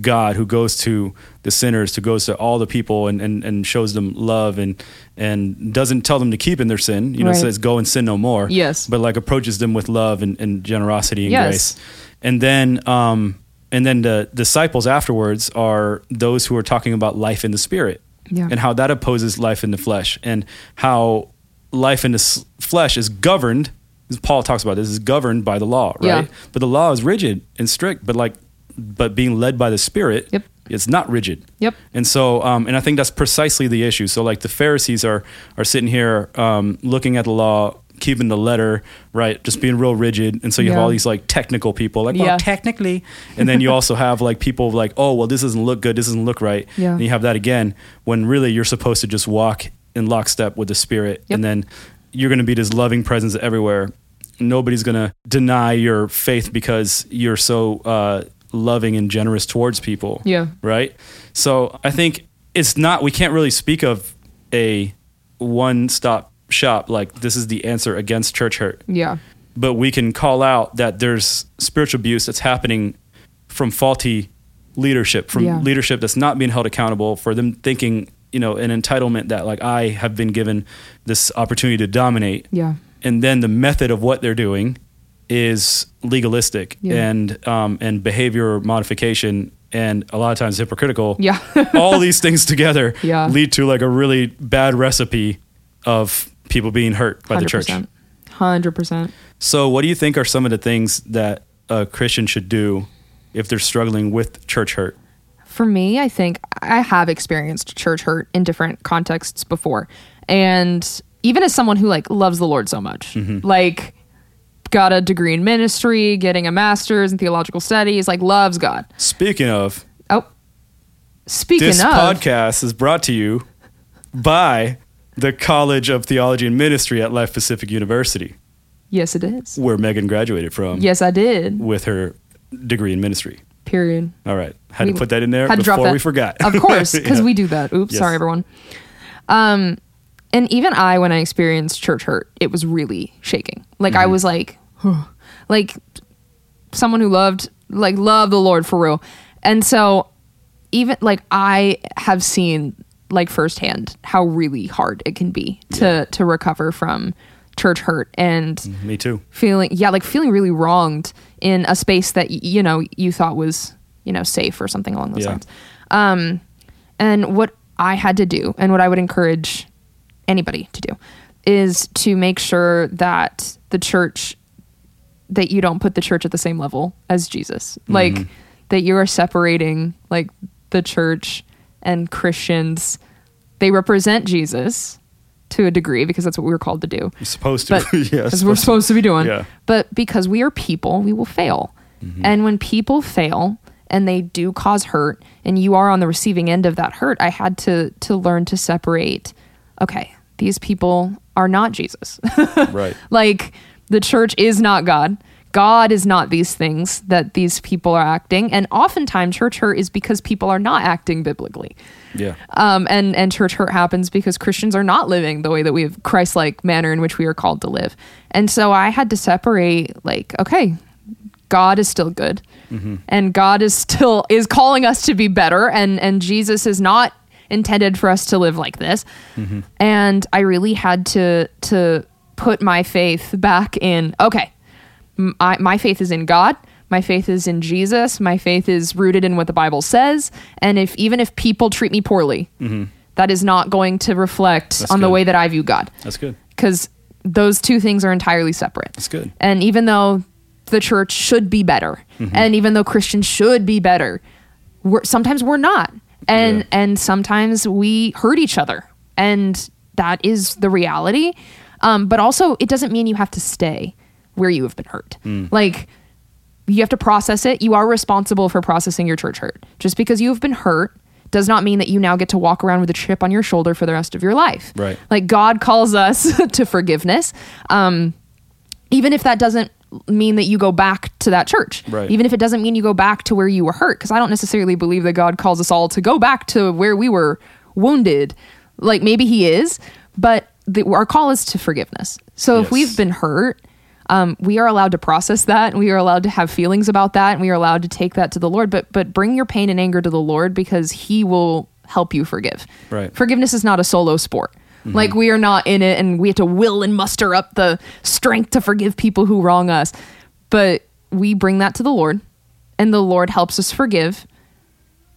S2: God who goes to the sinners, who goes to all the people, and and, and shows them love, and and doesn't tell them to keep in their sin. You know,
S1: Right.
S2: says go and sin no more.
S1: Yes.
S2: but like approaches them with love and, and generosity and
S1: Yes.
S2: grace, and then um and then the disciples afterwards are those who are talking about life in the spirit
S1: Yeah.
S2: and how that opposes life in the flesh and how life in the s- flesh is governed as paul talks about this is governed by the law right
S1: Yeah.
S2: but the law is rigid and strict but like but being led by the spirit
S1: Yep.
S2: it's not rigid
S1: Yep.
S2: and so um, and i think that's precisely the issue so like the pharisees are are sitting here um, looking at the law keeping the letter right just being real rigid and so you have
S1: Yeah.
S2: all these like technical people like well
S1: Yeah.
S2: technically and then you also have like people like oh well this doesn't look good this doesn't look right
S1: Yeah.
S2: and you have that again when really you're supposed to just walk in lockstep with the spirit
S1: Yep.
S2: and then you're going to be this loving presence everywhere nobody's going to deny your faith because you're so uh, loving and generous towards people
S1: Yeah.
S2: right so i think it's not we can't really speak of a one-stop shop like this is the answer against church hurt
S1: Yeah.
S2: but we can call out that there's spiritual abuse that's happening from faulty leadership, from
S1: Yeah.
S2: leadership that's not being held accountable for them thinking, you know, an entitlement that like I have been given this opportunity to dominate.
S1: Yeah.
S2: And then the method of what they're doing is legalistic
S1: Yeah.
S2: and um, and behavior modification and a lot of times hypocritical.
S1: Yeah.
S2: All these things together
S1: Yeah.
S2: lead to like a really bad recipe of people being hurt by the church.
S1: Hundred percent.
S2: So, what do you think are some of the things that a Christian should do if they're struggling with church hurt?
S1: For me, I think I have experienced church hurt in different contexts before, and even as someone who like loves the Lord so much,
S2: Mm-hmm.
S1: like got a degree in ministry, getting a master's in theological studies, like loves God.
S2: Speaking of,
S1: Oh, speaking
S2: this
S1: of,
S2: podcast is brought to you by the College of Theology and Ministry at Life Pacific University,
S1: yes, it is.
S2: where Megan graduated from
S1: Yes, I did.
S2: with her degree in ministry.
S1: Period.
S2: All right. Had
S1: We-
S2: to put that in there
S1: had to drop
S2: before
S1: that.
S2: we forgot.
S1: of course, because
S2: Yeah.
S1: we do that. Oops,
S2: Yes.
S1: sorry everyone. Um, and even I, when I experienced church hurt, it was really shaking. Like
S2: Mm-hmm.
S1: I was like, like someone who loved, like loved the Lord for real. And so, even like I have seen like firsthand how really hard it can be to to recover from church hurt and
S2: Me too.
S1: feeling yeah like feeling really wronged in a space that y- you know you thought was you know safe or something along those
S2: Yeah.
S1: lines um and what i had to do and what i would encourage anybody to do is to make sure that the church that you don't put the church at the same level as jesus like that you are separating like the church and christians they represent jesus to a degree because that's what we were called to do
S2: You're supposed to.
S1: but
S2: yes.
S1: as we're supposed to be doing.
S2: Yeah. Mm-hmm.
S1: But because we are people, we will fail. And when people fail and they do cause hurt and you are on the receiving end of that hurt, I had to to learn to separate okay, these people are not Jesus.
S2: Right.
S1: Like the church is not God. God is not these things that these people are acting. And oftentimes church hurt is because people are not acting biblically.
S2: Yeah.
S1: Um, and, and church hurt happens because Christians are not living the way that we have Christ like manner in which we are called to live. And so I had to separate like, okay, God is still good
S2: Mm-hmm.
S1: and God is still is calling us to be better and and Jesus is not intended for us to live like this.
S2: Mm-hmm.
S1: And I really had to to put my faith back in okay. m- I, my faith is in God. My faith is in Jesus. My faith is rooted in what the Bible says. And if even if people treat me poorly, that is not going to reflect
S2: Mm-hmm. That's
S1: on the
S2: good.
S1: way that I view God
S2: That's good.
S1: because those two things are entirely separate.
S2: That's good.
S1: And even though the church should be better,
S2: Mm-hmm.
S1: and even though Christians should be better, we're, sometimes we're not, and
S2: Yeah.
S1: and sometimes we hurt each other, and that is the reality. Um, but also, it doesn't mean you have to stay where you have been hurt.
S2: Mm.
S1: Like you have to process it. You are responsible for processing your church hurt. Just because you have been hurt does not mean that you now get to walk around with a chip on your shoulder for the rest of your life.
S2: Right.
S1: Like God calls us to forgiveness. Um, even if that doesn't mean that you go back to that church.
S2: Right.
S1: Even if it doesn't mean you go back to where you were hurt. Because I don't necessarily believe that God calls us all to go back to where we were wounded. Like maybe He is, but the, our call is to forgiveness. So
S2: Yes.
S1: if we've been hurt, um, we are allowed to process that, and we are allowed to have feelings about that, and we are allowed to take that to the Lord. But but bring your pain and anger to the Lord because He will help you forgive.
S2: Right.
S1: Forgiveness is not a solo sport. Like we are not in it, and we have to will and muster up the strength to forgive people who wrong us. But we bring that to the Lord, and the Lord helps us forgive,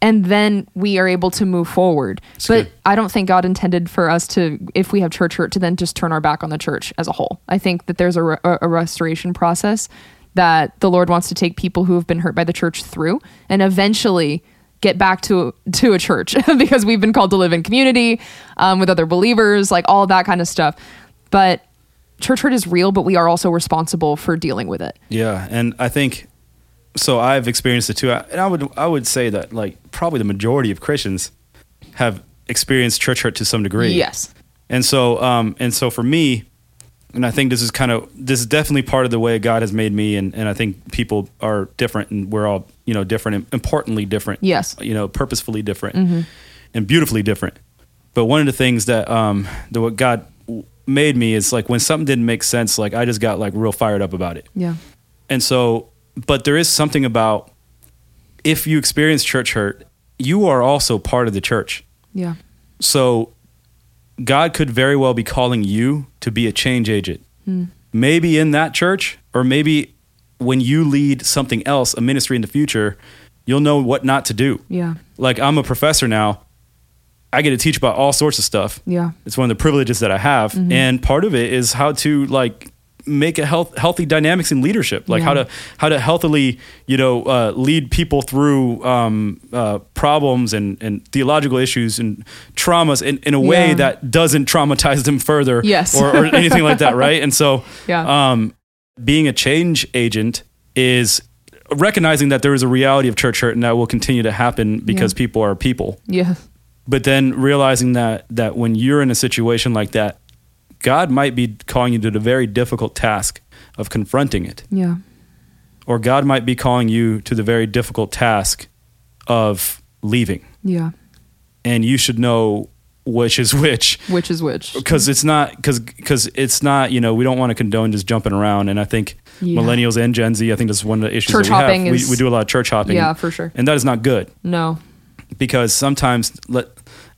S1: and then we are able to move forward. but
S2: good.
S1: I don't think God intended for us to, if we have church hurt, to then just turn our back on the church as a whole. I think that there's a, re- a a restoration process that the Lord wants to take people who have been hurt by the church through, and eventually get back to to a church because we've been called to live in community um, with other believers, like all that kind of stuff. But church hurt is real, but we are also responsible for dealing with it.
S2: Yeah, and I think so. I've experienced it too, I- and I would I would say that like probably the majority of Christians have experienced church hurt to some degree.
S1: Yes.
S2: and so um and so for me, and I think this is kind of this is definitely part of the way God has made me, and and I think people are different, and we're all you know different, and importantly different.
S1: Yes. Mm-hmm.
S2: you know, purposefully different, and beautifully different. But one of the things that um that what God w- made me is like when something didn't make sense, like I just got like real fired up about it.
S1: Yeah.
S2: And so, but there is something about if you experience church hurt, you are also part of the church.
S1: Yeah.
S2: So, God could very well be calling you to be a change agent. Maybe in that church, or maybe when you lead something else, a ministry in the future, you'll know what not to do.
S1: Yeah.
S2: Like, I'm a professor now, I get to teach about all sorts of stuff
S1: Yeah.
S2: it's one of the privileges that I have,
S1: Mm-hmm.
S2: and part of it is how to like make a health healthy dynamics in leadership, like how
S1: Yeah.
S2: to how to healthily you know uh, lead people through um, uh, problems and and theological issues and traumas in, in a way
S1: Yeah.
S2: that doesn't traumatize them further,
S1: Yes.
S2: or, or anything like that, right? And so,
S1: Yeah.
S2: um, being a change agent is recognizing that there is a reality of church hurt and that will continue to happen because
S1: Yeah.
S2: people are people
S1: Yeah.
S2: but then realizing that that when you're in a situation like that god might be calling you to the very difficult task of confronting it
S1: Yeah.
S2: or god might be calling you to the very difficult task of leaving
S1: Yeah.
S2: and you should know which is which
S1: Which is which.
S2: because it's not because because it's not you know we don't want to condone just jumping around and i think
S1: Yeah.
S2: millennials and gen z i think that's one of the issues
S1: Church
S2: that we
S1: hopping
S2: have we,
S1: is-
S2: we do a lot of church hopping
S1: Yeah, for sure.
S2: and that is not good
S1: No.
S2: because sometimes let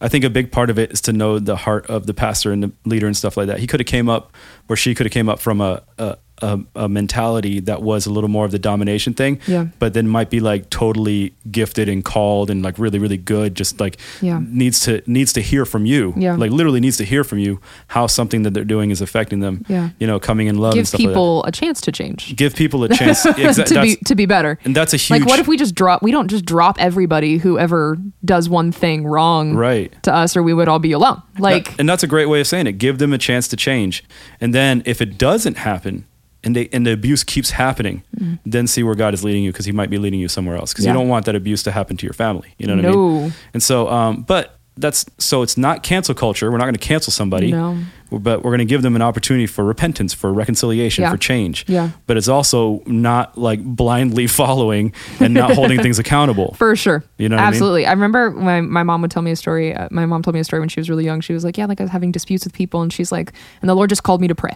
S2: I think a big part of it is to know the heart of the pastor and the leader and stuff like that. He could have came up or she could have came up from a, a a a mentality that was a little more of the domination thing,
S1: Yeah.
S2: but then might be like totally gifted and called and like really really good. Just like
S1: Yeah.
S2: needs to needs to hear from you,
S1: Yeah.
S2: like literally needs to hear from you how something that they're doing is affecting them.
S1: Yeah.
S2: you know, coming in love and
S1: Give
S2: stuff like
S1: people a chance to change.
S2: that. Give people a chance Yeah, exa-
S1: to be
S2: that's-
S1: to be better.
S2: and that's a huge
S1: like what if we just drop we don't just drop everybody who ever does one thing wrong
S2: right
S1: to us or we would all be alone. Like
S2: That- and that's a great way of saying it give them a chance to change and then if it doesn't happen and they and the abuse keeps happening, then see where God is leading you because He might be leading you somewhere else because
S1: Mm-hmm. Yeah.
S2: you don't want that abuse to happen to your family. You know what I
S1: No.
S2: mean? And so, um, but that's so it's not cancel culture. We're not going to cancel somebody,
S1: No.
S2: but we're going to give them an opportunity for repentance, for reconciliation,
S1: Yeah.
S2: for change.
S1: Yeah.
S2: But it's also not like blindly following and not holding things accountable.
S1: For sure.
S2: You know what I mean?
S1: Absolutely. I, remember my, my mom would tell me a story. Uh, my mom told me a story when she was really young. She was like, Yeah, like I was having disputes with people. And she's like, And the Lord just called me to pray.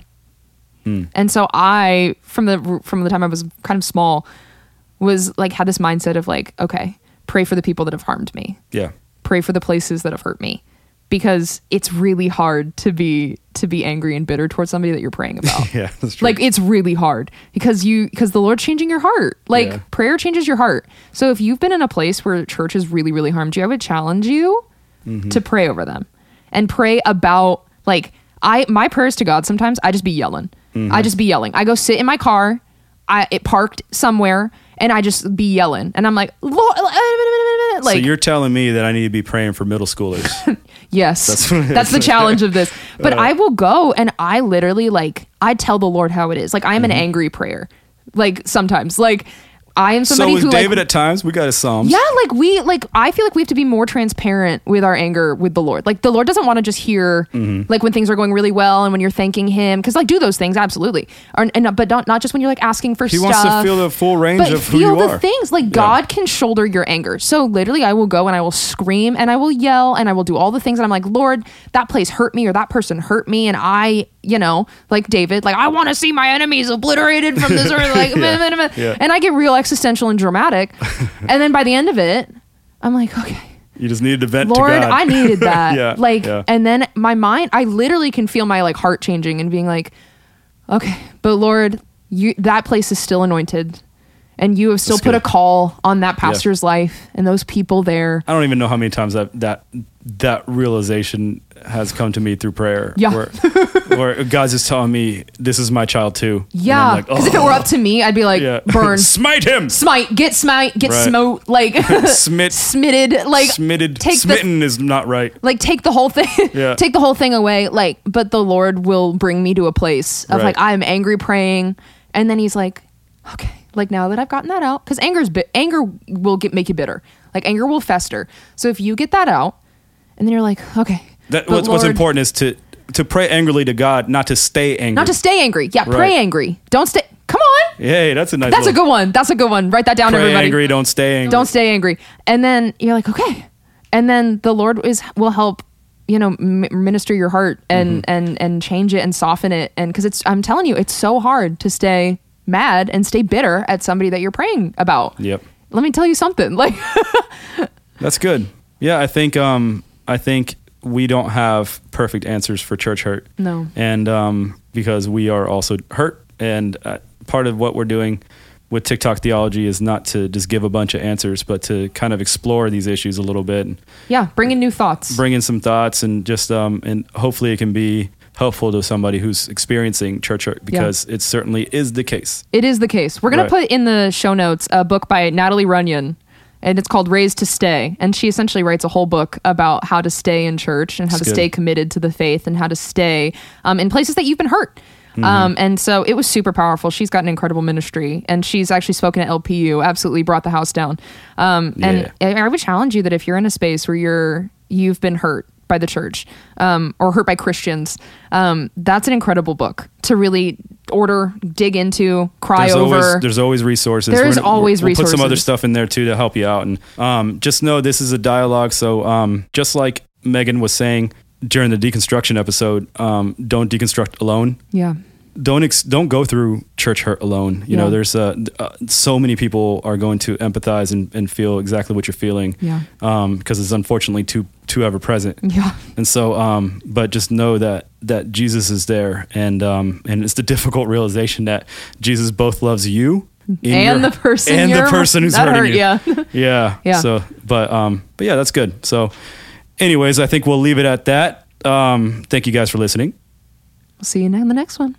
S2: Hmm.
S1: And so I, from the, from the time I was kind of small, was like, had this mindset of like, okay, pray for the people that have harmed me,
S2: yeah.
S1: pray for the places that have hurt me. Because it's really hard to be to be angry and bitter towards somebody that you're praying about.
S2: Yeah. That's true.
S1: like it's really hard because you because the lord's changing your heart like
S2: Yeah.
S1: prayer changes your heart so if you've been in a place where church has really really harmed you i would challenge you
S2: Mm-hmm.
S1: to pray over them and pray about like i my prayers to god sometimes i just be yelling
S2: Mm-hmm.
S1: i just be yelling i go sit in my car i it parked somewhere and i just be yelling and i'm like lord like
S2: so you're telling me that I need to be praying for middle schoolers.
S1: Yes. That's, the challenge of this. But
S2: Uh.
S1: I will go and I literally like I tell the Lord how it is. Like I'm an
S2: Mm-hmm.
S1: angry prayer. Like sometimes. Like I am
S2: so
S1: somebody
S2: with
S1: who
S2: David
S1: like,
S2: at times, we got his Psalms.
S1: yeah, like we like I feel like we have to be more transparent with our anger with the Lord. Like the Lord doesn't want to just hear
S2: Mm-hmm.
S1: like when things are going really well and when you're thanking him cuz like do those things absolutely. And, and but not not just when you're like asking for
S2: He
S1: stuff.
S2: wants to feel the full range
S1: But
S2: of who
S1: feel
S2: you
S1: the
S2: are.
S1: things like God can shoulder your anger. So literally, I will go and I will scream and I will yell and I will do all the things. And I'm like, Lord, that place hurt me or that person hurt me, and I, you know, like David, like I want to see my enemies obliterated from this earth. Like, meh, meh, meh.
S2: Yeah.
S1: and I get real existential and dramatic. and then by the end of it, I'm like, okay.
S2: You just needed to vent
S1: Lord,
S2: to God.
S1: I needed that.
S2: Yeah,
S1: like,
S2: yeah.
S1: and then my mind, I literally can feel my like heart changing and being like, okay, but Lord, you that place is still anointed, and you have still
S2: That's
S1: put a
S2: good.
S1: call on that pastor's life and those people there.
S2: I don't even know how many times that that that realization has come to me through prayer.
S1: Yeah.
S2: Where, where God's just telling me, "This is my child too." And I'm
S1: Yeah,
S2: like,
S1: because if it
S2: "Oh,
S1: were up to me, I'd be like,
S2: yeah.
S1: burn,
S2: smite him,
S1: smite, get smite, get
S2: Right.
S1: smote, like
S2: smit,
S1: smitted, like
S2: smitted,
S1: take the
S2: smitten is not right.
S1: like take the whole thing
S2: Yeah.
S1: take the whole thing away like but the lord will bring me to a place of
S2: Right.
S1: like i'm angry praying and then he's like okay like now that i've gotten that out because anger's bit anger will get make you bitter like anger will fester so if you get that out and then you're like okay
S2: That,
S1: but
S2: what's, what's
S1: Lord-
S2: important is to to pray angrily to God, not to stay angry.
S1: not to stay angry yeah
S2: Right.
S1: pray angry don't stay come on
S2: Hey, that's a nice.
S1: that's a
S2: little-
S1: good one that's a good one write that down
S2: Pray
S1: everybody
S2: angry, don't stay angry.
S1: don't stay angry and then you're like okay and then the lord is will help you know m- minister your heart and and and change it and soften it and because it's i'm telling you it's so hard to stay mad and stay bitter at somebody that you're praying about
S2: Yep.
S1: let me tell you something like
S2: That's good. Yeah, I think um, I think we don't have perfect answers for church hurt.
S1: No.
S2: and um, because we are also hurt, and uh, part of what we're doing with TikTok theology is not to just give a bunch of answers, but to kind of explore these issues a little bit, and
S1: yeah bring in new thoughts
S2: bring in some thoughts, and just um, and hopefully it can be helpful to somebody who's experiencing church hurt because it certainly is the case.
S1: It is the case. We're going
S2: Right.
S1: to put in the show notes a book by Natalie Runyon, and it's called Raised to Stay. And she essentially writes a whole book about how to stay in church and how
S2: That's
S1: to
S2: good.
S1: stay committed to the faith and how to stay um, in places that you've been hurt.
S2: Mm-hmm.
S1: Um, and so it was super powerful. She's got an incredible ministry, and she's actually spoken at LPU, absolutely brought the house down. Um,
S2: Yeah.
S1: And I I would challenge you that if you're in a space where you're you've been hurt by the church um, or hurt by Christians, um, that's an incredible book to really order, dig into, cry
S2: there's
S1: over.
S2: Always, there's always resources.
S1: There
S2: We're
S1: is
S2: gonna-
S1: always
S2: we'll Put some other
S1: resources.
S2: stuff in there too to help you out, and um, just know this is a dialogue. So um, just like Megan was saying during the deconstruction episode, um, don't deconstruct alone.
S1: yeah,
S2: Don't ex- don't go through church hurt alone. You know,
S1: Yeah.
S2: there's uh, uh, so many people are going to empathize and, and feel exactly what you're feeling.
S1: Yeah.
S2: because it's unfortunately too too ever present.
S1: yeah,
S2: And so, um, but just know that that Jesus is there, and um, and it's the difficult realization that Jesus both loves you in
S1: Mm-hmm. And the person
S2: and the
S1: you're-
S2: person who's
S1: that
S2: hurting
S1: hurt,
S2: you. Yeah,
S1: Yeah.
S2: So, but um, but yeah, that's good. So, anyways, I think we'll leave it at that. Um, thank you guys for listening.
S1: We'll see you in the next one.